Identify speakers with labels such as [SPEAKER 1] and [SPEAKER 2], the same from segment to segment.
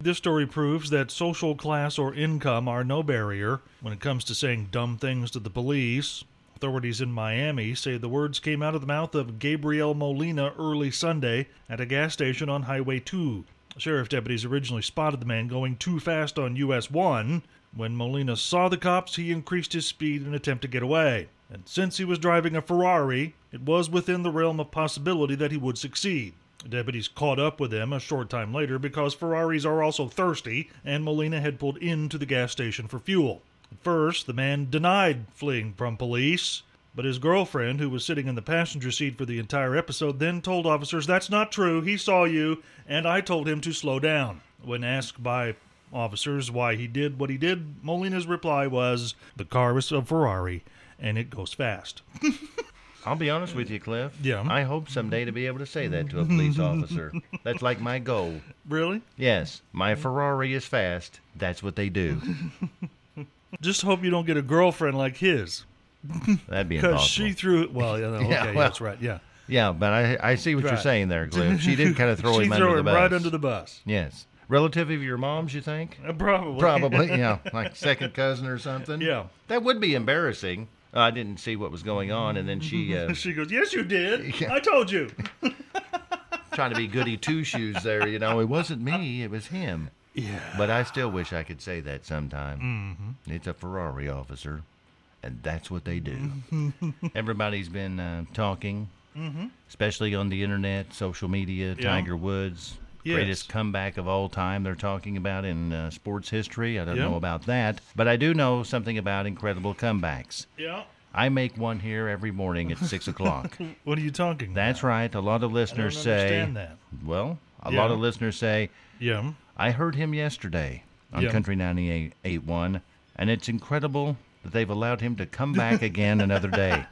[SPEAKER 1] This story proves that social class or income are no barrier when it comes to saying dumb things to the police. Authorities in Miami say the words came out of the mouth of Gabriel Molina early Sunday at a gas station on Highway 2. Sheriff deputies originally spotted the man going too fast on US 1. When Molina saw the cops, he increased his speed in an attempt to get away. And since he was driving a Ferrari, it was within the realm of possibility that he would succeed. Deputies caught up with them a short time later because Ferraris are also thirsty, and Molina had pulled into the gas station for fuel. At first, the man denied fleeing from police, but his girlfriend, who was sitting in the passenger seat for the entire episode, then told officers, That's not true, he saw you, and I told him to slow down. When asked by officers why he did what he did, Molina's reply was, The car was a Ferrari, and it goes fast.
[SPEAKER 2] I'll be honest with you, Cliff.
[SPEAKER 1] Yeah.
[SPEAKER 2] I hope someday to be able to say that to a police officer. That's like my goal.
[SPEAKER 1] Really?
[SPEAKER 2] Yes, my Ferrari is fast. That's what they do.
[SPEAKER 1] Just hope you don't get a girlfriend like his.
[SPEAKER 2] That'd be impossible.
[SPEAKER 1] Because she threw it. Well, yeah, no, okay,
[SPEAKER 2] Yeah,
[SPEAKER 1] yeah,
[SPEAKER 2] well,
[SPEAKER 1] that's right. Yeah,
[SPEAKER 2] Yeah, but I I see what
[SPEAKER 1] Right.
[SPEAKER 2] you're saying there, Cliff. She did kind of throw
[SPEAKER 1] she
[SPEAKER 2] him
[SPEAKER 1] threw
[SPEAKER 2] under the
[SPEAKER 1] him
[SPEAKER 2] bus.
[SPEAKER 1] right under the bus.
[SPEAKER 2] Yes. Relative of your mom's, you think?
[SPEAKER 1] Uh, Probably.
[SPEAKER 2] Probably, yeah, like second cousin or something.
[SPEAKER 1] Yeah.
[SPEAKER 2] That would be embarrassing. Oh, I didn't see what was going on, and then she uh,
[SPEAKER 1] she goes, "Yes, you did.
[SPEAKER 2] Yeah.
[SPEAKER 1] I told you."
[SPEAKER 2] trying to be goody two shoes there. You know, it wasn't me; it was him.
[SPEAKER 1] Yeah.
[SPEAKER 2] But I still wish I could say that sometime. Mm-hmm. It's a Ferrari officer, and that's what they do.
[SPEAKER 1] Mm-hmm.
[SPEAKER 2] Everybody's been uh, talking, especially on the internet, social media.
[SPEAKER 1] Yeah.
[SPEAKER 2] Tiger Woods,
[SPEAKER 1] Yes.
[SPEAKER 2] greatest comeback of all time. They're talking about in uh, sports history. I don't
[SPEAKER 1] Yeah.
[SPEAKER 2] know about that, but I do know something about incredible comebacks.
[SPEAKER 1] Yeah.
[SPEAKER 2] I make one here every morning at six o'clock.
[SPEAKER 1] What are you talking? about?
[SPEAKER 2] That's right. A lot of
[SPEAKER 1] I don't
[SPEAKER 2] listeners say,
[SPEAKER 1] understand that.
[SPEAKER 2] well, a
[SPEAKER 1] Yeah.
[SPEAKER 2] lot of listeners say
[SPEAKER 1] Yeah.
[SPEAKER 2] I heard him yesterday on
[SPEAKER 1] Yeah.
[SPEAKER 2] Country 98.1, and it's incredible that they've allowed him to come back again another day.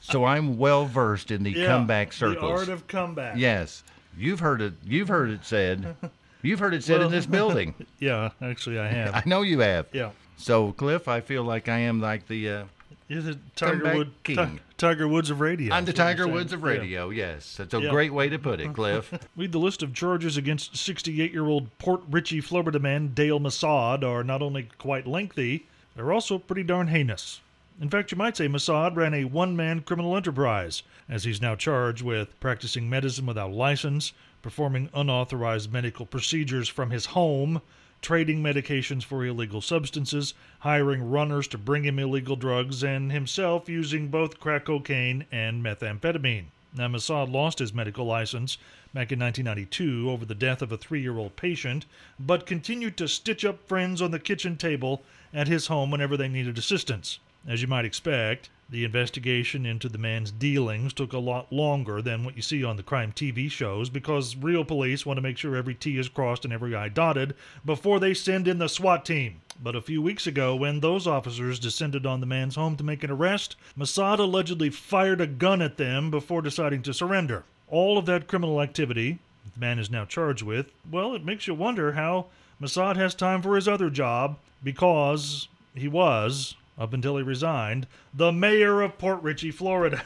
[SPEAKER 2] So I'm well versed in the
[SPEAKER 1] yeah.
[SPEAKER 2] comeback
[SPEAKER 1] The
[SPEAKER 2] circles.
[SPEAKER 1] art of comeback.
[SPEAKER 2] yes, you've heard it. You've heard it said. You've heard it said
[SPEAKER 1] Well-
[SPEAKER 2] in this building.
[SPEAKER 1] Yeah. Actually, I have.
[SPEAKER 2] I know you have.
[SPEAKER 1] yeah.
[SPEAKER 2] So Cliff, I feel like I am like the. Uh,
[SPEAKER 1] You're the Tiger
[SPEAKER 2] Comeback
[SPEAKER 1] Woods.
[SPEAKER 2] king.
[SPEAKER 1] Tiger Woods of radio.
[SPEAKER 2] I'm the
[SPEAKER 1] is what you're
[SPEAKER 2] Tiger
[SPEAKER 1] saying.
[SPEAKER 2] Woods of
[SPEAKER 1] Yeah.
[SPEAKER 2] radio. Yes, that's a
[SPEAKER 1] Yeah.
[SPEAKER 2] great way to put it, Cliff.
[SPEAKER 1] Read the list of charges against 68 year old Port Richey, Florida man Dale Massad are not only quite lengthy, they're also pretty darn heinous. In fact, you might say Massad ran a one man criminal enterprise, as he's now charged with practicing medicine without license, performing unauthorized medical procedures from his home, trading medications for illegal substances, hiring runners to bring him illegal drugs, and himself using both crack cocaine and methamphetamine. Now, Massad lost his medical license back in 1992 over the death of a three year old patient, but continued to stitch up friends on the kitchen table at his home whenever they needed assistance. As you might expect, the investigation into the man's dealings took a lot longer than what you see on the crime TV shows because real police want to make sure every T is crossed and every I dotted before they send in the SWAT team. But a few weeks ago, when those officers descended on the man's home to make an arrest, Mossad allegedly fired a gun at them before deciding to surrender. All of that criminal activity the man is now charged with, well, it makes you wonder how Mossad has time for his other job because he was, up until he resigned, the mayor of Port Richey, Florida.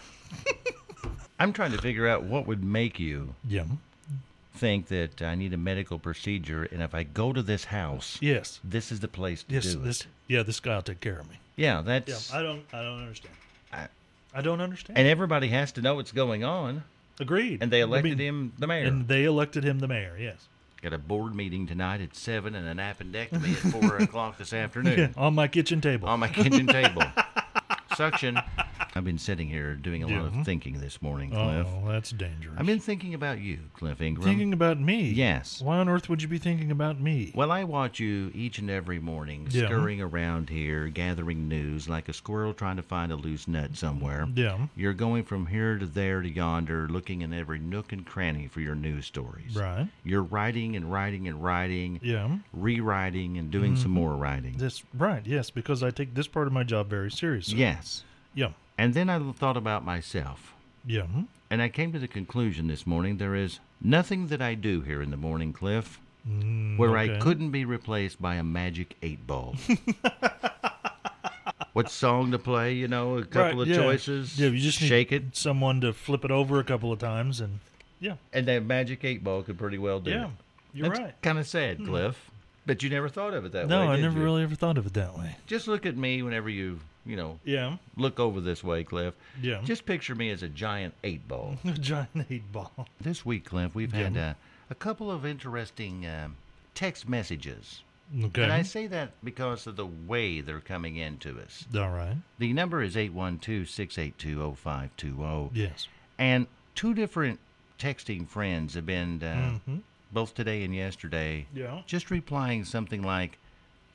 [SPEAKER 2] I'm trying to figure out what would make you
[SPEAKER 1] Yeah.
[SPEAKER 2] think that I need a medical procedure, and if I go to this house,
[SPEAKER 1] Yes.
[SPEAKER 2] this is the place to
[SPEAKER 1] Yes.
[SPEAKER 2] do
[SPEAKER 1] This.
[SPEAKER 2] it.
[SPEAKER 1] Yeah. This guy will take care of me.
[SPEAKER 2] Yeah,
[SPEAKER 1] Yeah.
[SPEAKER 2] that's
[SPEAKER 1] I don't. I don't understand.
[SPEAKER 2] I-
[SPEAKER 1] I don't understand.
[SPEAKER 2] and everybody has to know what's going on,
[SPEAKER 1] Agreed.
[SPEAKER 2] and they
[SPEAKER 1] I
[SPEAKER 2] elected
[SPEAKER 1] mean,
[SPEAKER 2] him the mayor.
[SPEAKER 1] And they elected him the mayor. Yes.
[SPEAKER 2] Got a board meeting tonight at seven, and an appendectomy at four o'clock this afternoon
[SPEAKER 1] On my kitchen table.
[SPEAKER 2] on my kitchen table. Suction. I've been sitting here doing a lot
[SPEAKER 1] Yeah.
[SPEAKER 2] of thinking this morning, Cliff.
[SPEAKER 1] Oh, that's dangerous.
[SPEAKER 2] I've been thinking about you, Cliff Ingram.
[SPEAKER 1] thinking about me.
[SPEAKER 2] Yes.
[SPEAKER 1] Why on earth would you be thinking about me?
[SPEAKER 2] Well, I watch you each and every morning
[SPEAKER 1] Yeah.
[SPEAKER 2] scurrying around here, gathering news like a squirrel trying to find a loose nut somewhere.
[SPEAKER 1] Yeah.
[SPEAKER 2] You're going from here to there to yonder, looking in every nook and cranny for your news stories.
[SPEAKER 1] Right.
[SPEAKER 2] You're writing and writing and writing,
[SPEAKER 1] Yeah.
[SPEAKER 2] rewriting and doing
[SPEAKER 1] Mm-hmm.
[SPEAKER 2] some more writing.
[SPEAKER 1] That's right. Yes, because I take this part of my job very seriously.
[SPEAKER 2] Yes.
[SPEAKER 1] Yeah.
[SPEAKER 2] And then I thought about myself.
[SPEAKER 1] Yeah.
[SPEAKER 2] And I came to the conclusion this morning there is nothing that I do here in the morning, Cliff,
[SPEAKER 1] Mm,
[SPEAKER 2] where I
[SPEAKER 1] okay.
[SPEAKER 2] couldn't be replaced by a magic eight ball. what song to play, you know, a couple of
[SPEAKER 1] Right, yeah.
[SPEAKER 2] choices.
[SPEAKER 1] Yeah, you just need
[SPEAKER 2] shake it.
[SPEAKER 1] someone to flip it over a couple of times and yeah.
[SPEAKER 2] And that magic eight ball could pretty well do
[SPEAKER 1] Yeah.
[SPEAKER 2] it.
[SPEAKER 1] You're
[SPEAKER 2] That's
[SPEAKER 1] right. Hmm.
[SPEAKER 2] kind of sad, Cliff. But you never thought of it that way.
[SPEAKER 1] No, I
[SPEAKER 2] did
[SPEAKER 1] never
[SPEAKER 2] you?
[SPEAKER 1] really ever thought of it that way.
[SPEAKER 2] Just look at me whenever you, you know,
[SPEAKER 1] Yeah.
[SPEAKER 2] look over this way, Cliff.
[SPEAKER 1] Yeah.
[SPEAKER 2] Just picture me as a giant eight ball.
[SPEAKER 1] a giant eight ball.
[SPEAKER 2] This week, Cliff, we've
[SPEAKER 1] Yeah.
[SPEAKER 2] had uh, a couple of interesting um, text messages.
[SPEAKER 1] Okay.
[SPEAKER 2] And I say that because of the way they're coming into us.
[SPEAKER 1] All right.
[SPEAKER 2] The number is 812 682 0520.
[SPEAKER 1] Yes.
[SPEAKER 2] oh. And two different texting friends have been, uh,
[SPEAKER 1] Mhm.
[SPEAKER 2] both today and yesterday,
[SPEAKER 1] Yeah.
[SPEAKER 2] just replying something like,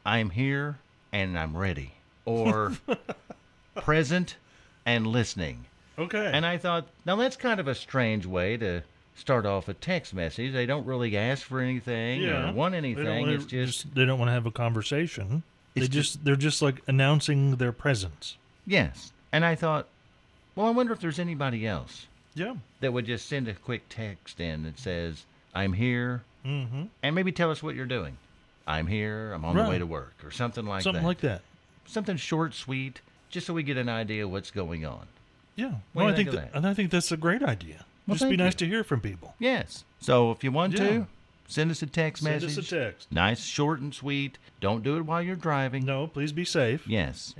[SPEAKER 2] I'm here and I'm ready, or present and listening.
[SPEAKER 1] Okay.
[SPEAKER 2] And I thought, now that's kind of a strange way to start off a text message. They don't really ask for anything
[SPEAKER 1] yeah.
[SPEAKER 2] or want
[SPEAKER 1] They don't
[SPEAKER 2] anything.
[SPEAKER 1] wanna-
[SPEAKER 2] It's just,
[SPEAKER 1] they don't want to have a conversation. They
[SPEAKER 2] It's
[SPEAKER 1] just, they're just like announcing their presence.
[SPEAKER 2] yes. And I thought, well, I wonder if there's anybody else
[SPEAKER 1] Yeah.
[SPEAKER 2] that would just send a quick text in that says, I'm here,
[SPEAKER 1] Mm-hmm.
[SPEAKER 2] and maybe tell us what you're doing. I'm here, I'm on the way
[SPEAKER 1] Right.
[SPEAKER 2] to work, or something like
[SPEAKER 1] Something
[SPEAKER 2] that.
[SPEAKER 1] like that.
[SPEAKER 2] something short, sweet, just so we get an idea of what's going on.
[SPEAKER 1] Yeah.
[SPEAKER 2] What do
[SPEAKER 1] no,
[SPEAKER 2] you
[SPEAKER 1] I
[SPEAKER 2] think
[SPEAKER 1] think,
[SPEAKER 2] of
[SPEAKER 1] tha-
[SPEAKER 2] that?
[SPEAKER 1] and I think that's a great idea.
[SPEAKER 2] Well,
[SPEAKER 1] just be
[SPEAKER 2] thank
[SPEAKER 1] nice
[SPEAKER 2] you.
[SPEAKER 1] to hear from people.
[SPEAKER 2] Yes. So if you want
[SPEAKER 1] Yeah.
[SPEAKER 2] to, send us a text message.
[SPEAKER 1] text.
[SPEAKER 2] Nice, short, and sweet. Don't do it while you're driving.
[SPEAKER 1] No, please be safe.
[SPEAKER 2] Yes.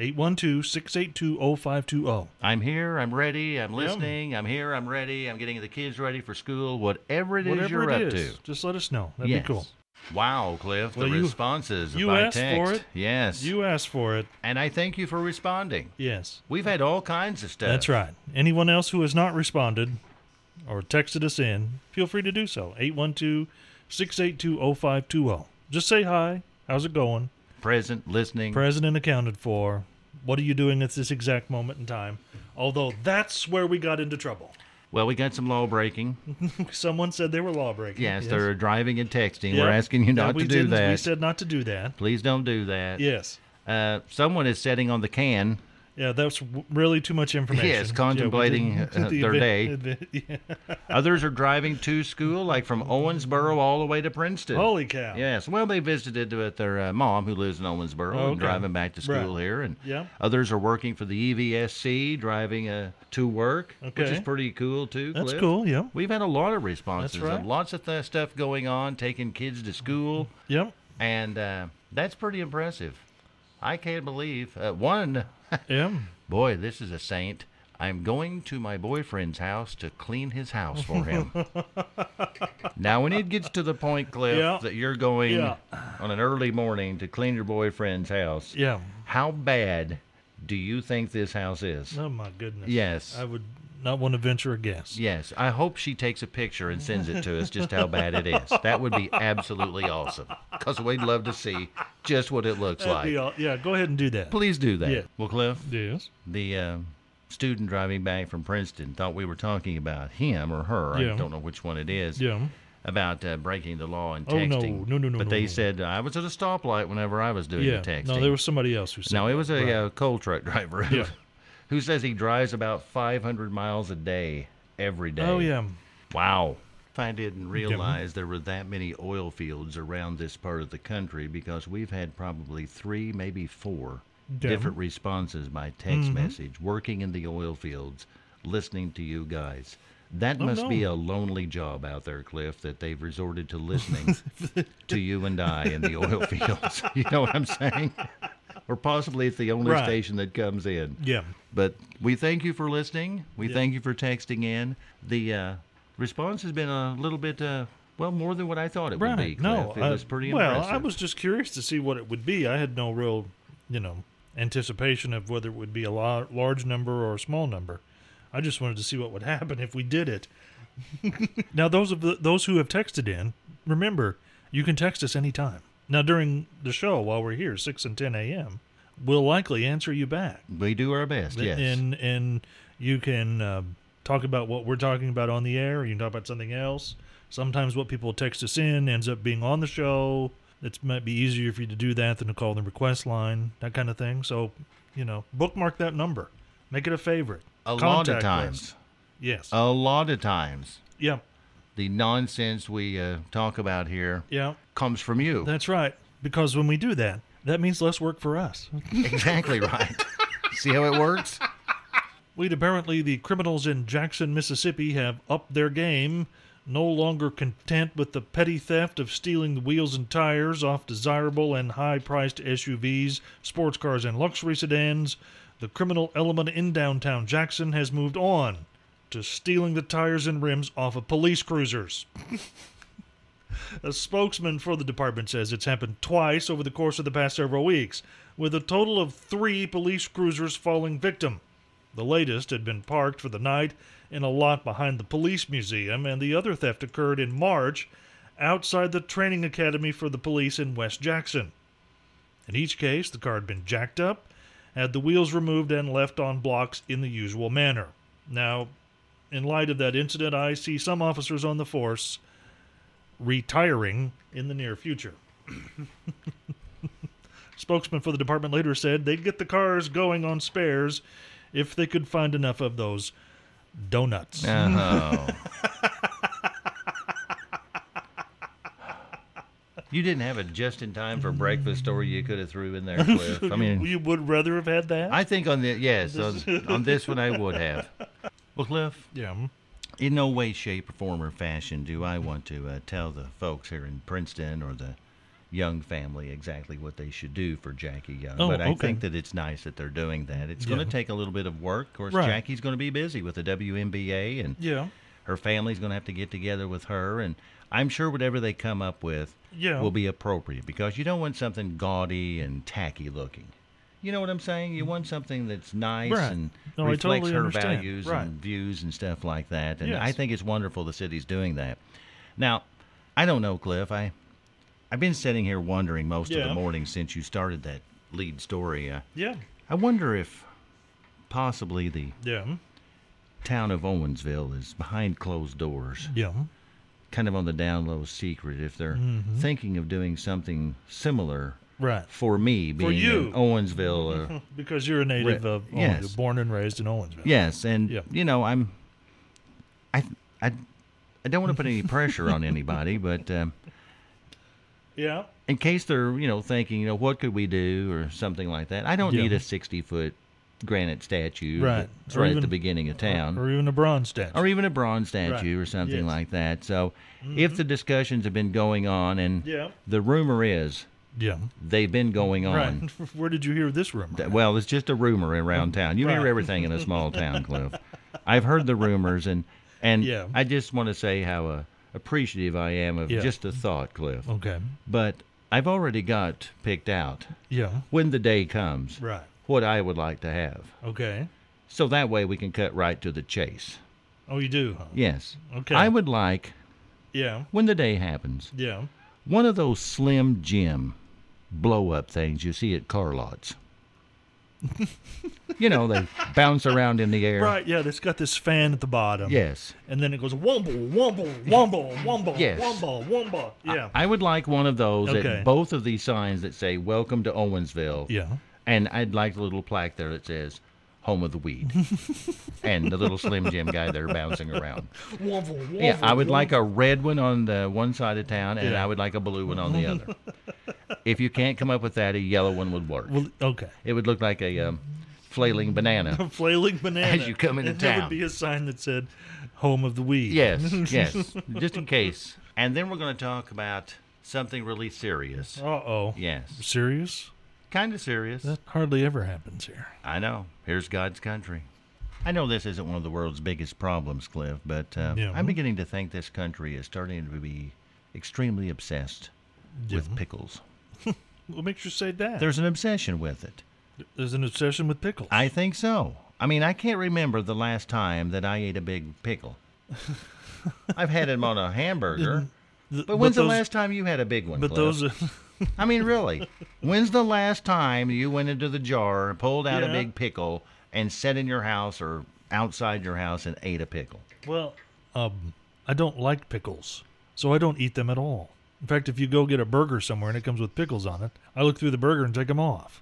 [SPEAKER 1] 812-682-0520.
[SPEAKER 2] I'm here, I'm ready, I'm listening, I'm here, I'm ready, I'm getting the kids ready for school, whatever it is
[SPEAKER 1] Whatever
[SPEAKER 2] you're
[SPEAKER 1] it
[SPEAKER 2] up
[SPEAKER 1] is,
[SPEAKER 2] to.
[SPEAKER 1] just let us know. That'd
[SPEAKER 2] yes.
[SPEAKER 1] be cool.
[SPEAKER 2] Wow, Cliff,
[SPEAKER 1] Well,
[SPEAKER 2] the
[SPEAKER 1] you-
[SPEAKER 2] responses
[SPEAKER 1] you
[SPEAKER 2] by
[SPEAKER 1] asked for
[SPEAKER 2] text.
[SPEAKER 1] it.
[SPEAKER 2] Yes.
[SPEAKER 1] You asked for it.
[SPEAKER 2] and I thank you for responding.
[SPEAKER 1] Yes.
[SPEAKER 2] We've had all kinds of stuff.
[SPEAKER 1] That's right. Anyone else who has not responded or texted us in, feel free to do so. 812-682-0520. Just say hi. How's it going?
[SPEAKER 2] Present, listening.
[SPEAKER 1] President accounted for. What are you doing at this exact moment in time? Although that's where we got into trouble.
[SPEAKER 2] well, we got some law breaking.
[SPEAKER 1] Someone said they were lawbreaking.
[SPEAKER 2] Yes, they're driving and texting. We're
[SPEAKER 1] Yeah.
[SPEAKER 2] asking you
[SPEAKER 1] No,
[SPEAKER 2] not
[SPEAKER 1] we
[SPEAKER 2] to do
[SPEAKER 1] didn't. We
[SPEAKER 2] that.
[SPEAKER 1] said not to do that.
[SPEAKER 2] Please don't do that.
[SPEAKER 1] Yes.
[SPEAKER 2] Uh, someone is sitting on the can.
[SPEAKER 1] Yeah, that's w- really too much information.
[SPEAKER 2] Yes,
[SPEAKER 1] Yeah, we
[SPEAKER 2] contemplating,
[SPEAKER 1] didn't-
[SPEAKER 2] uh,
[SPEAKER 1] the
[SPEAKER 2] their
[SPEAKER 1] event- yeah.
[SPEAKER 2] Others are driving to school, like from Owensboro all the way to Princeton.
[SPEAKER 1] Holy cow.
[SPEAKER 2] Yes. Well, they visited with their uh, mom, who lives in Owensboro,
[SPEAKER 1] Oh,
[SPEAKER 2] and
[SPEAKER 1] okay.
[SPEAKER 2] driving back to school
[SPEAKER 1] Right.
[SPEAKER 2] here. And
[SPEAKER 1] Yeah.
[SPEAKER 2] others are working for the E EVSC, driving uh, to work, which is
[SPEAKER 1] Okay.
[SPEAKER 2] pretty cool too.
[SPEAKER 1] That's
[SPEAKER 2] Cliff.
[SPEAKER 1] cool. Yeah.
[SPEAKER 2] We've had a lot of responses.
[SPEAKER 1] That's right.
[SPEAKER 2] and Lots of th- stuff going on, taking kids to school,
[SPEAKER 1] Yep.
[SPEAKER 2] and uh, that's pretty impressive. I can't believe uh, one.
[SPEAKER 1] Yeah.
[SPEAKER 2] Boy, this is a saint. I'm going to my boyfriend's house to clean his house for him. now, when it gets to the point, Cliff,
[SPEAKER 1] Yeah.
[SPEAKER 2] that you're going
[SPEAKER 1] Yeah.
[SPEAKER 2] on an early morning to clean your boyfriend's house,
[SPEAKER 1] Yeah.
[SPEAKER 2] how bad do you think this house is?
[SPEAKER 1] Oh my goodness.
[SPEAKER 2] Yes.
[SPEAKER 1] I would not want to venture a guess.
[SPEAKER 2] Yes, I hope she takes a picture and sends it to us just how bad it is. That would be absolutely awesome because we'd love to see just what it looks
[SPEAKER 1] That'd be
[SPEAKER 2] like.
[SPEAKER 1] all- yeah. Go ahead and do that.
[SPEAKER 2] Please do that.
[SPEAKER 1] Yeah.
[SPEAKER 2] Well, Cliff,
[SPEAKER 1] Yes.
[SPEAKER 2] the uh, student driving back from Princeton thought we were talking about him or her. I
[SPEAKER 1] Yeah.
[SPEAKER 2] don't know which one it is.
[SPEAKER 1] Yeah.
[SPEAKER 2] About uh, breaking the law and
[SPEAKER 1] Oh, no.
[SPEAKER 2] texting.
[SPEAKER 1] No, no, no,
[SPEAKER 2] But
[SPEAKER 1] no,
[SPEAKER 2] they
[SPEAKER 1] no.
[SPEAKER 2] said I was at a stoplight whenever I was doing
[SPEAKER 1] Yeah.
[SPEAKER 2] the texting.
[SPEAKER 1] No, there was somebody else who said.
[SPEAKER 2] No, it was a
[SPEAKER 1] Right.
[SPEAKER 2] uh, coal truck driver who,
[SPEAKER 1] Yeah.
[SPEAKER 2] who says he drives about 500 miles a day every day.
[SPEAKER 1] Oh yeah.
[SPEAKER 2] Wow. I didn't realize there were that many oil fields around this part of the country because we've had probably three, maybe four
[SPEAKER 1] Damn.
[SPEAKER 2] different responses by text message working in the oil fields, listening to you guys. That must be a lonely job out there, Cliff, that they've resorted to listening to you and I in the oil fields. you know what I'm saying? Or possibly it's the only
[SPEAKER 1] Right.
[SPEAKER 2] station that comes in.
[SPEAKER 1] Yeah.
[SPEAKER 2] But we thank you for listening. We thank you for texting in. The uh, response has been a little bit, uh, well, more than what I thought it
[SPEAKER 1] Right.
[SPEAKER 2] would be.
[SPEAKER 1] no.
[SPEAKER 2] Cliff. It
[SPEAKER 1] I-
[SPEAKER 2] was pretty
[SPEAKER 1] well,
[SPEAKER 2] impressive.
[SPEAKER 1] I was just curious to see what it would be. I had no real, you know, anticipation of whether it would be a lar- large number or a small number. I just wanted to see what would happen if we did it. now, those of the, those who have texted in, remember you can text us anytime. Now, during the show while we're here, six and ten a.m., we'll likely answer you back.
[SPEAKER 2] We do our best, yes.
[SPEAKER 1] And and you can um talk about what we're talking about on the air. Or you can talk about something else. Sometimes what people text us in ends up being on the show. It might be easier for you to do that than to call the request line, that kind of thing. So, you know, bookmark that number, make it a favorite.
[SPEAKER 2] a lot of
[SPEAKER 1] Contact
[SPEAKER 2] times,
[SPEAKER 1] us. yes,
[SPEAKER 2] a lot of times,
[SPEAKER 1] yeah,
[SPEAKER 2] the nonsense we uh, talk about here
[SPEAKER 1] yeah,
[SPEAKER 2] comes from you.
[SPEAKER 1] that's right. Because when we do that, that means less work for us.
[SPEAKER 2] exactly right. See how it works?
[SPEAKER 1] Wait, apparently the criminals in Jackson, Mississippi have upped their game, no longer content with the petty theft of stealing the wheels and tires off desirable and high priced SUVs, sports cars, and luxury sedans. The criminal element in downtown Jackson has moved on to stealing the tires and rims off of police cruisers. A spokesman for the department says it's happened twice over the course of the past several weeks, with a total of three police cruisers falling victim. The latest had been parked for the night in a lot behind the police museum, and the other theft occurred in March outside the training academy for the police in West Jackson. In each case, the car had been jacked up, had the wheels removed, and left on blocks in the usual manner. Now, in light of that incident, I see some officers on the force retiring in the near future. Spokesman for the department later said they'd get the cars going on spares if they could find enough of those donuts.
[SPEAKER 2] Oh. you didn't have a just in time for breakfast story you could have threw in there, Cliff. I mean,
[SPEAKER 1] you would rather have had that?
[SPEAKER 2] I think on the yes on, on this one I would have. Well, Cliff,
[SPEAKER 1] yeah. mm,
[SPEAKER 2] in no way, shape, or form or fashion do I want to uh, tell the folks here in Princeton or the Young family exactly what they should do for Jackie Young,
[SPEAKER 1] Oh,
[SPEAKER 2] but I
[SPEAKER 1] okay.
[SPEAKER 2] think that it's nice that they're doing that. It's going
[SPEAKER 1] Yeah.
[SPEAKER 2] to take a little bit of work. Of course,
[SPEAKER 1] Right.
[SPEAKER 2] Jackie's going to be busy with the WNBA and
[SPEAKER 1] Yeah.
[SPEAKER 2] her family's going to have to get together with her and i'm sure whatever they come up with
[SPEAKER 1] Yeah.
[SPEAKER 2] will be appropriate because you don't want something gaudy and tacky looking you know what i'm saying you want something that's nice
[SPEAKER 1] Right.
[SPEAKER 2] and
[SPEAKER 1] No, I
[SPEAKER 2] reflects
[SPEAKER 1] totally
[SPEAKER 2] her
[SPEAKER 1] understand.
[SPEAKER 2] values
[SPEAKER 1] Right.
[SPEAKER 2] and views and stuff like that and i
[SPEAKER 1] Yes.
[SPEAKER 2] think it's wonderful the city's doing that now i don't know cliff i i've been sitting here wondering most of
[SPEAKER 1] Yeah.
[SPEAKER 2] the morning since you started that lead story uh,
[SPEAKER 1] Yeah.
[SPEAKER 2] i wonder if possibly the
[SPEAKER 1] Yeah. mm,
[SPEAKER 2] town of owensville is behind closed doors
[SPEAKER 1] Yeah. mm,
[SPEAKER 2] kind of on the down low secret if they're
[SPEAKER 1] Mm-hmm.
[SPEAKER 2] thinking of doing something similar
[SPEAKER 1] Right.
[SPEAKER 2] for me being
[SPEAKER 1] you.
[SPEAKER 2] in Owensville. Or,
[SPEAKER 1] Because you're a native
[SPEAKER 2] Right.
[SPEAKER 1] of Owensville,
[SPEAKER 2] Yes.
[SPEAKER 1] born and raised in Owensville.
[SPEAKER 2] yes, and
[SPEAKER 1] Yeah.
[SPEAKER 2] you know I'm I I I don't want to put any pressure on anybody, but um,
[SPEAKER 1] Yeah.
[SPEAKER 2] in case they're you know thinking you know what could we do or something like that, I don't
[SPEAKER 1] Yeah.
[SPEAKER 2] need a sixty foot granite statue
[SPEAKER 1] Right.
[SPEAKER 2] that's
[SPEAKER 1] Or
[SPEAKER 2] right at
[SPEAKER 1] even-
[SPEAKER 2] the beginning of town.
[SPEAKER 1] Or even a bronze statue.
[SPEAKER 2] or even a bronze statue or something
[SPEAKER 1] Yes. Mm-hmm.
[SPEAKER 2] like that. So, if the discussions have been going on, and
[SPEAKER 1] Yeah.
[SPEAKER 2] the rumor is
[SPEAKER 1] yeah.
[SPEAKER 2] they've been going on,
[SPEAKER 1] Right. Where did you hear this rumor?
[SPEAKER 2] Th- Well, it's just a rumor around town. You
[SPEAKER 1] Right.
[SPEAKER 2] hear everything in a small town, Cliff. I've heard the rumors, and and
[SPEAKER 1] Yeah.
[SPEAKER 2] I just want to say how uh, appreciative I am of
[SPEAKER 1] Yeah.
[SPEAKER 2] just the thought, Cliff.
[SPEAKER 1] okay.
[SPEAKER 2] But I've already got picked out
[SPEAKER 1] Yeah.
[SPEAKER 2] when the day comes
[SPEAKER 1] Right.
[SPEAKER 2] what I would like to have,
[SPEAKER 1] Okay.
[SPEAKER 2] so that way we can cut right to the chase.
[SPEAKER 1] Oh, you do? Huh?
[SPEAKER 2] Yes,
[SPEAKER 1] Okay.
[SPEAKER 2] I would like
[SPEAKER 1] Yeah.
[SPEAKER 2] when the day happens
[SPEAKER 1] Yeah.
[SPEAKER 2] one of those slim Jim blow up things you see at car lots. you know they bounce around in the air.
[SPEAKER 1] Right. Yeah. It's got this fan at the bottom.
[SPEAKER 2] Yes.
[SPEAKER 1] And then it goes wumble, wumble, wumble, wumble,
[SPEAKER 2] Yes.
[SPEAKER 1] wumble, wumble. Yeah.
[SPEAKER 2] I would like one of those
[SPEAKER 1] Okay.
[SPEAKER 2] at both of these signs that say "Welcome to Owensville,"
[SPEAKER 1] yeah.
[SPEAKER 2] and I'd like the little plaque there that says "Home of the Weed," and the little Slim Jim guy there bouncing around.
[SPEAKER 1] Wumble, wumble.
[SPEAKER 2] Yeah, I would like a red one on the one side of town, and
[SPEAKER 1] Yeah.
[SPEAKER 2] I would like a blue one on the other. if you can't come up with that, a yellow one would work.
[SPEAKER 1] Well, okay.
[SPEAKER 2] It would look like a um, flailing banana.
[SPEAKER 1] A flailing banana.
[SPEAKER 2] As you come into
[SPEAKER 1] and There would
[SPEAKER 2] town.
[SPEAKER 1] be a sign that said, "Home of the Weed."
[SPEAKER 2] Yes, yes, just in case. And then we're going to talk about something really serious.
[SPEAKER 1] Uh oh.
[SPEAKER 2] Yes,
[SPEAKER 1] Serious?
[SPEAKER 2] kind of serious.
[SPEAKER 1] That hardly ever happens here.
[SPEAKER 2] I know. Here's God's country. I know this isn't one of the world's biggest problems, Cliff, but uh,
[SPEAKER 1] Yeah.
[SPEAKER 2] I'm beginning to think this country is starting to be extremely obsessed with pickles.
[SPEAKER 1] What makes you say that?
[SPEAKER 2] There's an obsession with it.
[SPEAKER 1] There's an obsession with pickles.
[SPEAKER 2] I think so. I mean, I can't remember the last time that I ate a big pickle. I've had them on a hamburger.
[SPEAKER 1] Th-
[SPEAKER 2] But when's the
[SPEAKER 1] those-
[SPEAKER 2] last time you had a big one?
[SPEAKER 1] But
[SPEAKER 2] Cliff?
[SPEAKER 1] those are,
[SPEAKER 2] I mean, really. When's the last time you went into the jar, and pulled out a
[SPEAKER 1] Yeah.
[SPEAKER 2] big pickle, and sat in your house or outside your house and ate a pickle?
[SPEAKER 1] well, um, I don't like pickles, so I don't eat them at all. In fact, if you go get a burger somewhere and it comes with pickles on it, I look through the burger and take them off.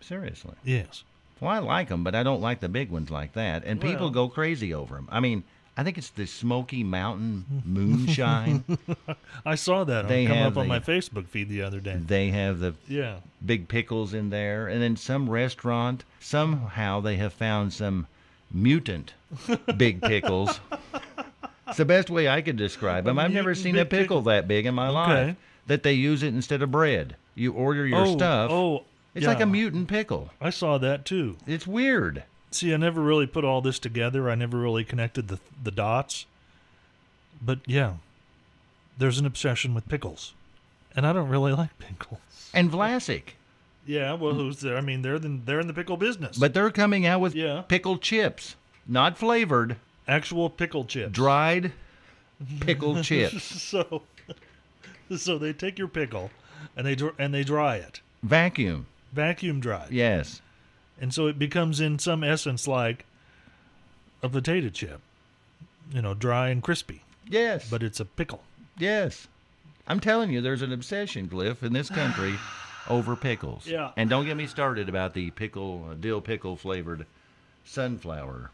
[SPEAKER 2] Seriously.
[SPEAKER 1] Yes.
[SPEAKER 2] Well, I like them, but I don't like the big ones like that. And people
[SPEAKER 1] Well-
[SPEAKER 2] go crazy over them. I mean, I think it's the Smoky Mountain moonshine.
[SPEAKER 1] I saw that on-
[SPEAKER 2] They
[SPEAKER 1] come
[SPEAKER 2] have
[SPEAKER 1] up on
[SPEAKER 2] the- Mm.
[SPEAKER 1] my Facebook feed the other day.
[SPEAKER 2] they have the
[SPEAKER 1] Yeah.
[SPEAKER 2] big pickles in there. And then some restaurant, somehow they have found some mutant big pickles. it's the best way I could describe them. I've never
[SPEAKER 1] mutant
[SPEAKER 2] seen
[SPEAKER 1] big
[SPEAKER 2] a pickle that big in my life that they use it instead of bread. You order your
[SPEAKER 1] oh,
[SPEAKER 2] stuff.
[SPEAKER 1] Oh,
[SPEAKER 2] it's like a
[SPEAKER 1] yeah.
[SPEAKER 2] mutant pickle.
[SPEAKER 1] I saw that too.
[SPEAKER 2] It's weird.
[SPEAKER 1] See, I never really put all this together. I never really connected the the dots. But yeah, there's an obsession with pickles, and I don't really like pickles.
[SPEAKER 2] And Vlasic.
[SPEAKER 1] Yeah, well, who's there? I mean, they're the, they're in the pickle business.
[SPEAKER 2] But they're coming out with
[SPEAKER 1] Yeah.
[SPEAKER 2] pickle chips, not flavored,
[SPEAKER 1] actual pickle chips.
[SPEAKER 2] dried pickle chips.
[SPEAKER 1] So, so they take your pickle, and they dr- and they dry it,
[SPEAKER 2] Vacuum.
[SPEAKER 1] vacuum dry,
[SPEAKER 2] Yes.
[SPEAKER 1] and so it becomes in some essence like a potato chip, you know, dry and crispy,
[SPEAKER 2] Yes.
[SPEAKER 1] but it's a pickle.
[SPEAKER 2] Yes. I'm telling you, there's an obsession, Cliff, in this country over pickles.
[SPEAKER 1] Yeah.
[SPEAKER 2] And don't get me started about the pickle, uh, dill pickle flavored sunflower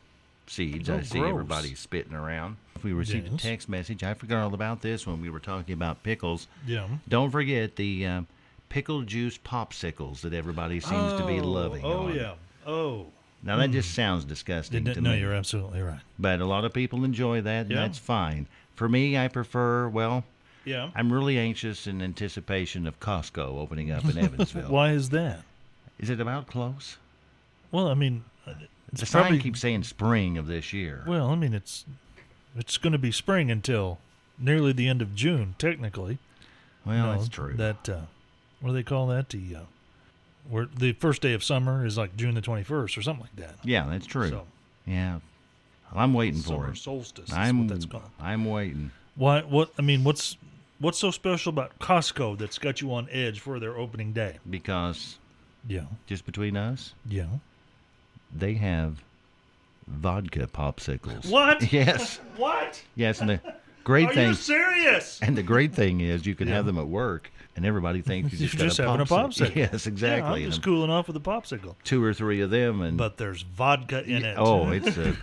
[SPEAKER 2] seeds. I
[SPEAKER 1] Oh,
[SPEAKER 2] see
[SPEAKER 1] gross.
[SPEAKER 2] everybody spitting around. We received a
[SPEAKER 1] Yes.
[SPEAKER 2] text message. I forgot all about this when we were talking about pickles.
[SPEAKER 1] Yeah.
[SPEAKER 2] Don't forget the um, pickle juice popsicles that everybody seems to be
[SPEAKER 1] Oh,
[SPEAKER 2] loving.
[SPEAKER 1] Oh
[SPEAKER 2] on.
[SPEAKER 1] yeah. Oh.
[SPEAKER 2] Now, that just sounds disgusting
[SPEAKER 1] Didn't-
[SPEAKER 2] to
[SPEAKER 1] no,
[SPEAKER 2] me.
[SPEAKER 1] you're absolutely right.
[SPEAKER 2] But a lot of people enjoy that, and
[SPEAKER 1] Yeah.
[SPEAKER 2] that's fine. For me, I prefer, well,
[SPEAKER 1] Yeah.
[SPEAKER 2] I'm really anxious in anticipation of Costco opening up in Evansville.
[SPEAKER 1] Why is that?
[SPEAKER 2] Is it about close?
[SPEAKER 1] Well, I mean, uh, it's
[SPEAKER 2] The
[SPEAKER 1] probably
[SPEAKER 2] sign keeps saying spring of this year.
[SPEAKER 1] well. I mean, it's it's going to be spring until nearly the end of June, technically.
[SPEAKER 2] Well,
[SPEAKER 1] No,
[SPEAKER 2] Oh, that's true.
[SPEAKER 1] That uh, what do they call that? The uh, where the first day of summer is like June the twenty first or something like that.
[SPEAKER 2] yeah, that's true.
[SPEAKER 1] So
[SPEAKER 2] yeah, Well, I'm waiting for
[SPEAKER 1] summer
[SPEAKER 2] it.
[SPEAKER 1] solstice.
[SPEAKER 2] I'm
[SPEAKER 1] is what that's called.
[SPEAKER 2] I'm waiting.
[SPEAKER 1] Why? What? I mean, what's what's so special about Costco that's got you on edge for their opening day?
[SPEAKER 2] because
[SPEAKER 1] Yeah.
[SPEAKER 2] just between us,
[SPEAKER 1] Yeah.
[SPEAKER 2] they have vodka popsicles.
[SPEAKER 1] What?
[SPEAKER 2] Yes,
[SPEAKER 1] What?
[SPEAKER 2] yes, and the great
[SPEAKER 1] Are
[SPEAKER 2] thing.
[SPEAKER 1] you serious?
[SPEAKER 2] And the great thing is, you can have them at work, and everybody thinks you
[SPEAKER 1] You're
[SPEAKER 2] just, got
[SPEAKER 1] just
[SPEAKER 2] a
[SPEAKER 1] having a
[SPEAKER 2] popsicle.
[SPEAKER 1] popsicle.
[SPEAKER 2] Yes,
[SPEAKER 1] Yeah,
[SPEAKER 2] exactly.
[SPEAKER 1] I'm
[SPEAKER 2] And
[SPEAKER 1] just cooling off with a popsicle.
[SPEAKER 2] two or three of them, and
[SPEAKER 1] But there's vodka in it. Uh,
[SPEAKER 2] Oh, it's a,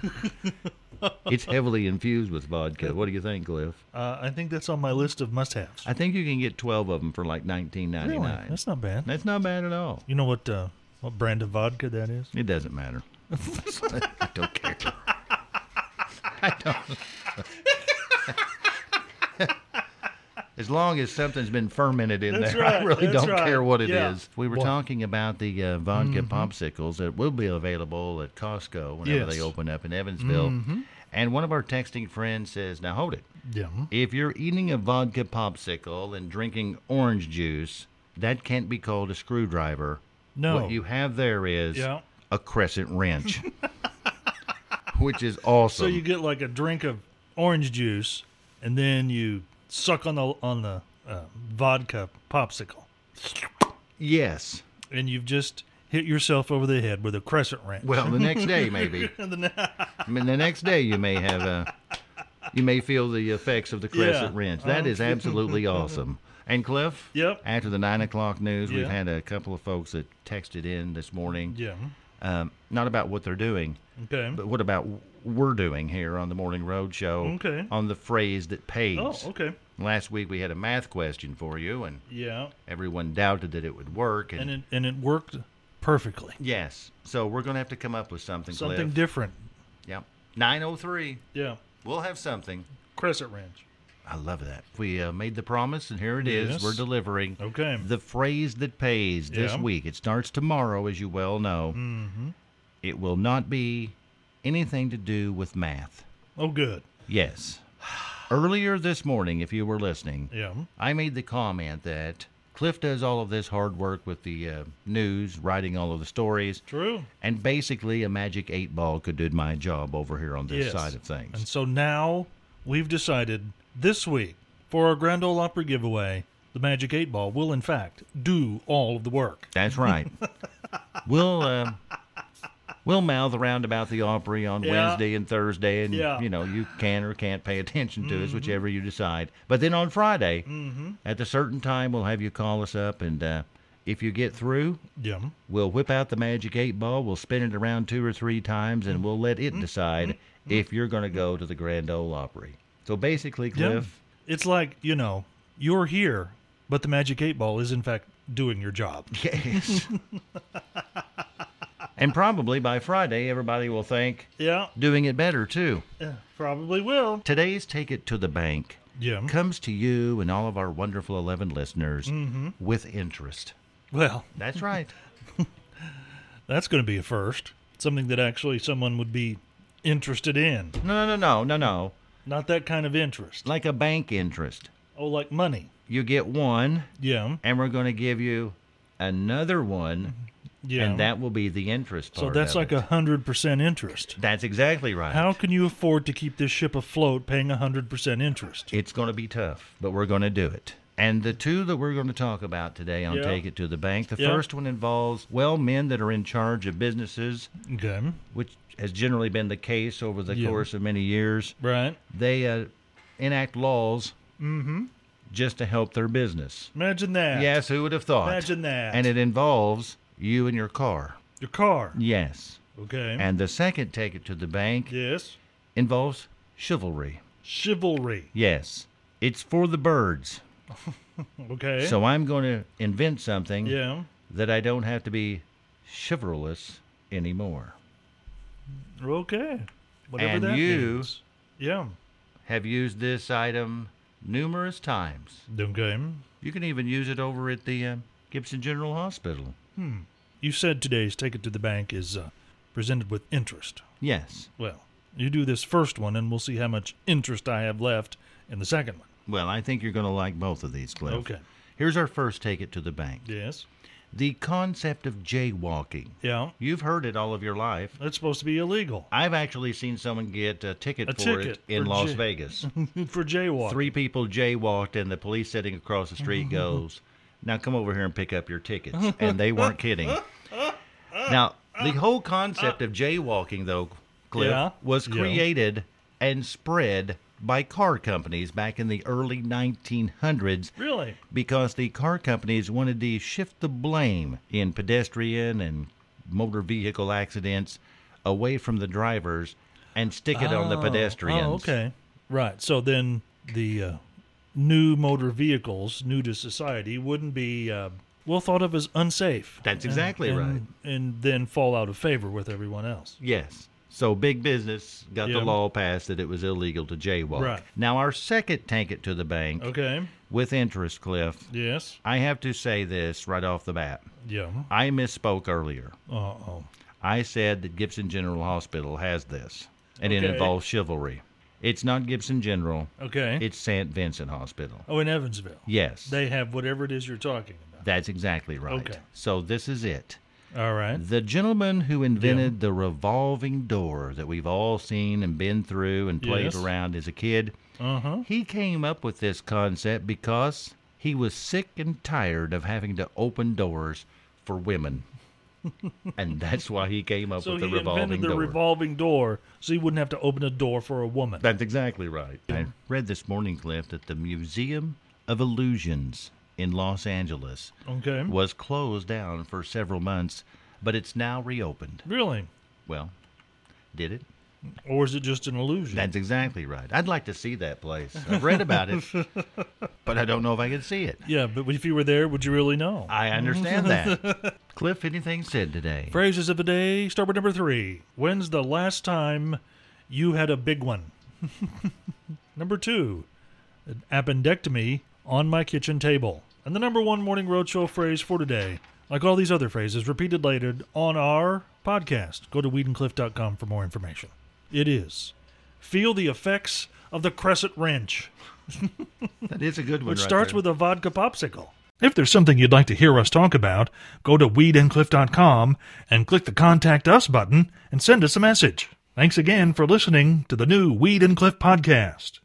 [SPEAKER 2] it's heavily infused with vodka. What do you think, Cliff?
[SPEAKER 1] Uh, I think that's on my list of must-haves.
[SPEAKER 2] I think you can get twelve of them for like nineteen ninety
[SPEAKER 1] Really?
[SPEAKER 2] nine. That's,
[SPEAKER 1] That's not bad.
[SPEAKER 2] not bad at all.
[SPEAKER 1] You know what? Uh, what brand of vodka that is?
[SPEAKER 2] It doesn't matter. I don't care. I don't. As long as something's been fermented in
[SPEAKER 1] That's
[SPEAKER 2] there, I
[SPEAKER 1] right,
[SPEAKER 2] really
[SPEAKER 1] that's
[SPEAKER 2] don't
[SPEAKER 1] right,
[SPEAKER 2] care what it is.
[SPEAKER 1] yeah.
[SPEAKER 2] We were
[SPEAKER 1] What? Mm-hmm.
[SPEAKER 2] talking about the uh, vodka popsicles that will be available at Costco whenever
[SPEAKER 1] Yes.
[SPEAKER 2] they
[SPEAKER 1] Mm-hmm.
[SPEAKER 2] open up in Evansville. And one of our texting friends says, "Now hold it.
[SPEAKER 1] Yeah.
[SPEAKER 2] If you're eating a vodka popsicle and drinking orange juice, that can't be called a screwdriver.
[SPEAKER 1] No.
[SPEAKER 2] What you have there is
[SPEAKER 1] Yeah.
[SPEAKER 2] a crescent wrench, which is awesome.
[SPEAKER 1] So you get like a drink of orange juice, and then you suck on the on the uh, vodka popsicle,
[SPEAKER 2] yes.
[SPEAKER 1] and you've just hit yourself over the head with a crescent wrench.
[SPEAKER 2] Well, the next day maybe.
[SPEAKER 1] And then-
[SPEAKER 2] I mean, the next day you may have a, you may feel the effects of the
[SPEAKER 1] Yeah.
[SPEAKER 2] crescent wrench. That is absolutely awesome. And Cliff.
[SPEAKER 1] Yep.
[SPEAKER 2] After the nine o'clock news, we've
[SPEAKER 1] Yeah.
[SPEAKER 2] had a couple of folks that texted in this morning.
[SPEAKER 1] yeah.
[SPEAKER 2] Um, not about what they're doing,
[SPEAKER 1] Okay.
[SPEAKER 2] But what about we're doing here on the Morning Road Show?
[SPEAKER 1] Okay.
[SPEAKER 2] On the phrase that pays.
[SPEAKER 1] oh, okay.
[SPEAKER 2] Last week we had a math question for you, and
[SPEAKER 1] Yeah.
[SPEAKER 2] everyone doubted that it would work. And,
[SPEAKER 1] And it and it worked perfectly.
[SPEAKER 2] yes, so we're gonna have to come up with something.
[SPEAKER 1] Something
[SPEAKER 2] Cliff.
[SPEAKER 1] different.
[SPEAKER 2] Yep. Nine oh three.
[SPEAKER 1] Yeah.
[SPEAKER 2] We'll have something.
[SPEAKER 1] Crescent wrench.
[SPEAKER 2] I love that. We uh, made the promise, and here it is.
[SPEAKER 1] Yes.
[SPEAKER 2] We're delivering.
[SPEAKER 1] Okay.
[SPEAKER 2] The phrase that pays this
[SPEAKER 1] Yeah.
[SPEAKER 2] week. It starts tomorrow, as you well know. Mm-hmm. It will not be anything to do with math.
[SPEAKER 1] oh, good.
[SPEAKER 2] Yes. Earlier this morning, if you were listening,
[SPEAKER 1] Yeah.
[SPEAKER 2] I made the comment that Cliff does all of this hard work with the uh, news, writing all of the stories,
[SPEAKER 1] True.
[SPEAKER 2] and basically a magic eight ball could do my job over here on this
[SPEAKER 1] Yes.
[SPEAKER 2] side of things.
[SPEAKER 1] And so now we've decided this week for our Grand Ole Opry giveaway, the Magic 8 Ball will, in fact, do all of the work.
[SPEAKER 2] That's right. we'll uh, we'll mouth around about the Opry on
[SPEAKER 1] Yeah.
[SPEAKER 2] Wednesday and Thursday, and
[SPEAKER 1] Yeah. Mm-hmm.
[SPEAKER 2] you know you can or can't pay attention to us, whichever you decide. But then on Friday, at a certain time, we'll have you call us up, and uh, if you get through,
[SPEAKER 1] Yeah.
[SPEAKER 2] we'll whip out the magic eight ball, we'll spin it around two or three times, and we'll let it decide if you're going to go to the Grand Ole Opry. So basically,
[SPEAKER 1] Yeah.
[SPEAKER 2] Cliff,
[SPEAKER 1] It's like, you know, you're here, but the Magic 8 Ball is, in fact, doing your job.
[SPEAKER 2] yes. and probably by Friday, everybody will think.
[SPEAKER 1] Yeah.
[SPEAKER 2] doing it better too.
[SPEAKER 1] yeah, Probably will.
[SPEAKER 2] Today's Take It to the Bank
[SPEAKER 1] Yeah.
[SPEAKER 2] comes to you and all of our wonderful 11 listeners with interest.
[SPEAKER 1] Well,
[SPEAKER 2] That's right.
[SPEAKER 1] that's going to be a first. Something that actually someone would be interested in.
[SPEAKER 2] No, no, no, no, no.
[SPEAKER 1] Not that kind of interest.
[SPEAKER 2] Like a bank interest.
[SPEAKER 1] Oh, like money.
[SPEAKER 2] You get one,
[SPEAKER 1] Yeah.
[SPEAKER 2] and we're going to give you another one,
[SPEAKER 1] Yeah.
[SPEAKER 2] and that will be the interest part.
[SPEAKER 1] so that's
[SPEAKER 2] of
[SPEAKER 1] like
[SPEAKER 2] it.
[SPEAKER 1] a 100% interest.
[SPEAKER 2] That's exactly right.
[SPEAKER 1] How can you afford to keep this ship afloat paying 100% interest?
[SPEAKER 2] It's going to be tough, but we're going to do it. And the two that we're going to talk about today on
[SPEAKER 1] Yeah.
[SPEAKER 2] Take It to the Bank, the
[SPEAKER 1] Yeah.
[SPEAKER 2] first one involves, well, men that are in charge of businesses
[SPEAKER 1] Okay.
[SPEAKER 2] which has generally been the case over the
[SPEAKER 1] Yeah.
[SPEAKER 2] course of many years,
[SPEAKER 1] Right.
[SPEAKER 2] they uh, enact laws just to help their business.
[SPEAKER 1] Imagine Mm-hmm. that.
[SPEAKER 2] Yes, who would have thought?
[SPEAKER 1] Imagine that.
[SPEAKER 2] And it involves you and your car.
[SPEAKER 1] Your car.
[SPEAKER 2] Yes.
[SPEAKER 1] Okay.
[SPEAKER 2] And the second take it to the bank
[SPEAKER 1] yes.
[SPEAKER 2] involves chivalry.
[SPEAKER 1] Chivalry.
[SPEAKER 2] Yes. It's for the birds.
[SPEAKER 1] Okay.
[SPEAKER 2] So I'm going to invent something
[SPEAKER 1] yeah.
[SPEAKER 2] that I don't have to be chivalrous anymore.
[SPEAKER 1] Okay. Whatever
[SPEAKER 2] And
[SPEAKER 1] that
[SPEAKER 2] you-
[SPEAKER 1] means. Yeah.
[SPEAKER 2] Have used this item numerous times.
[SPEAKER 1] Okay.
[SPEAKER 2] You can even use it over at the uh, Gibson General Hospital.
[SPEAKER 1] You said today's take it to the bank is uh, presented with interest.
[SPEAKER 2] Yes.
[SPEAKER 1] Well, you do this first one and we'll see how much interest I have left in the second one.
[SPEAKER 2] Well, I think you're going to like both of these, Cliff.
[SPEAKER 1] Okay.
[SPEAKER 2] Here's our first take it to the bank.
[SPEAKER 1] Yes.
[SPEAKER 2] The concept of jaywalking.
[SPEAKER 1] Yeah.
[SPEAKER 2] You've heard it all of your life.
[SPEAKER 1] That's supposed to be illegal
[SPEAKER 2] I've actually seen someone get a ticket
[SPEAKER 1] A
[SPEAKER 2] for
[SPEAKER 1] ticket
[SPEAKER 2] it in
[SPEAKER 1] for
[SPEAKER 2] Las
[SPEAKER 1] jay-
[SPEAKER 2] Vegas.
[SPEAKER 1] for jaywalking.
[SPEAKER 2] Three people jaywalked, and the police sitting across the street goes, Now come over here and pick up your tickets. And they weren't kidding. Now, the whole concept of jaywalking, though, Cliff,
[SPEAKER 1] Yeah,
[SPEAKER 2] was
[SPEAKER 1] yeah.
[SPEAKER 2] created and spread by car companies back in the early 1900s
[SPEAKER 1] Really?
[SPEAKER 2] because the car companies wanted to shift the blame in pedestrian and motor vehicle accidents away from the drivers and stick it on the
[SPEAKER 1] Oh,
[SPEAKER 2] pedestrians.
[SPEAKER 1] Oh, okay. Right. So then the uh, new motor vehicles, new to society, wouldn't be uh, well thought of as unsafe.
[SPEAKER 2] That's exactly
[SPEAKER 1] and,
[SPEAKER 2] right.
[SPEAKER 1] And then fall out of favor with everyone else.
[SPEAKER 2] Yes. So big business got
[SPEAKER 1] Yeah.
[SPEAKER 2] the law passed that it was illegal to jaywalk.
[SPEAKER 1] Right.
[SPEAKER 2] Now our second tank it to the bank
[SPEAKER 1] Okay.
[SPEAKER 2] with interest, Cliff.
[SPEAKER 1] Yes.
[SPEAKER 2] I have to say this right off the bat.
[SPEAKER 1] Yeah.
[SPEAKER 2] I misspoke earlier.
[SPEAKER 1] Uh oh.
[SPEAKER 2] I said that Gibson General Hospital has this, and it
[SPEAKER 1] Okay.
[SPEAKER 2] involves chivalry. It's not Gibson General.
[SPEAKER 1] Okay.
[SPEAKER 2] It's St. Vincent Hospital.
[SPEAKER 1] oh, in Evansville,
[SPEAKER 2] Yes.
[SPEAKER 1] they have whatever it is you're talking about.
[SPEAKER 2] that's exactly right.
[SPEAKER 1] Okay.
[SPEAKER 2] So this is it.
[SPEAKER 1] All right.
[SPEAKER 2] The gentleman who invented the revolving door that we've all seen and been through and played
[SPEAKER 1] Yes.
[SPEAKER 2] around as a kid,
[SPEAKER 1] Uh huh.
[SPEAKER 2] he came up with this concept because he was sick and tired of having to open doors for women. and that's why he came up
[SPEAKER 1] So
[SPEAKER 2] with
[SPEAKER 1] he
[SPEAKER 2] the revolving
[SPEAKER 1] invented the
[SPEAKER 2] door.
[SPEAKER 1] revolving door, so he wouldn't have to open a door for a woman.
[SPEAKER 2] That's exactly right. I read this morning, Cliff, that the Museum of Illusions in Los Angeles
[SPEAKER 1] Okay.
[SPEAKER 2] was closed down for several months, but it's now reopened.
[SPEAKER 1] Really?
[SPEAKER 2] Well, did it?
[SPEAKER 1] Or is it just an illusion?
[SPEAKER 2] That's exactly right. I'd like to see that place. I've read about it, but I don't know if I can see it.
[SPEAKER 1] yeah, but if you were there, would you really know?
[SPEAKER 2] I understand that. Cliff, anything said today?
[SPEAKER 1] Phrases of the day, starboard number three. When's the last time you had a big one? number two, an appendectomy on my kitchen table. And the number one morning roadshow phrase for today, like all these other phrases, repeated later on our podcast. Go to weedandcliff.com for more information. It is feel the effects of the crescent wrench,
[SPEAKER 2] That is a good one.
[SPEAKER 1] which
[SPEAKER 2] right
[SPEAKER 1] starts
[SPEAKER 2] there.
[SPEAKER 1] with a vodka popsicle. If there's something you'd like to hear us talk about, go to weedandcliff.com and click the Contact Us button and send us a message. Thanks again for listening to the new Weed and Cliff podcast.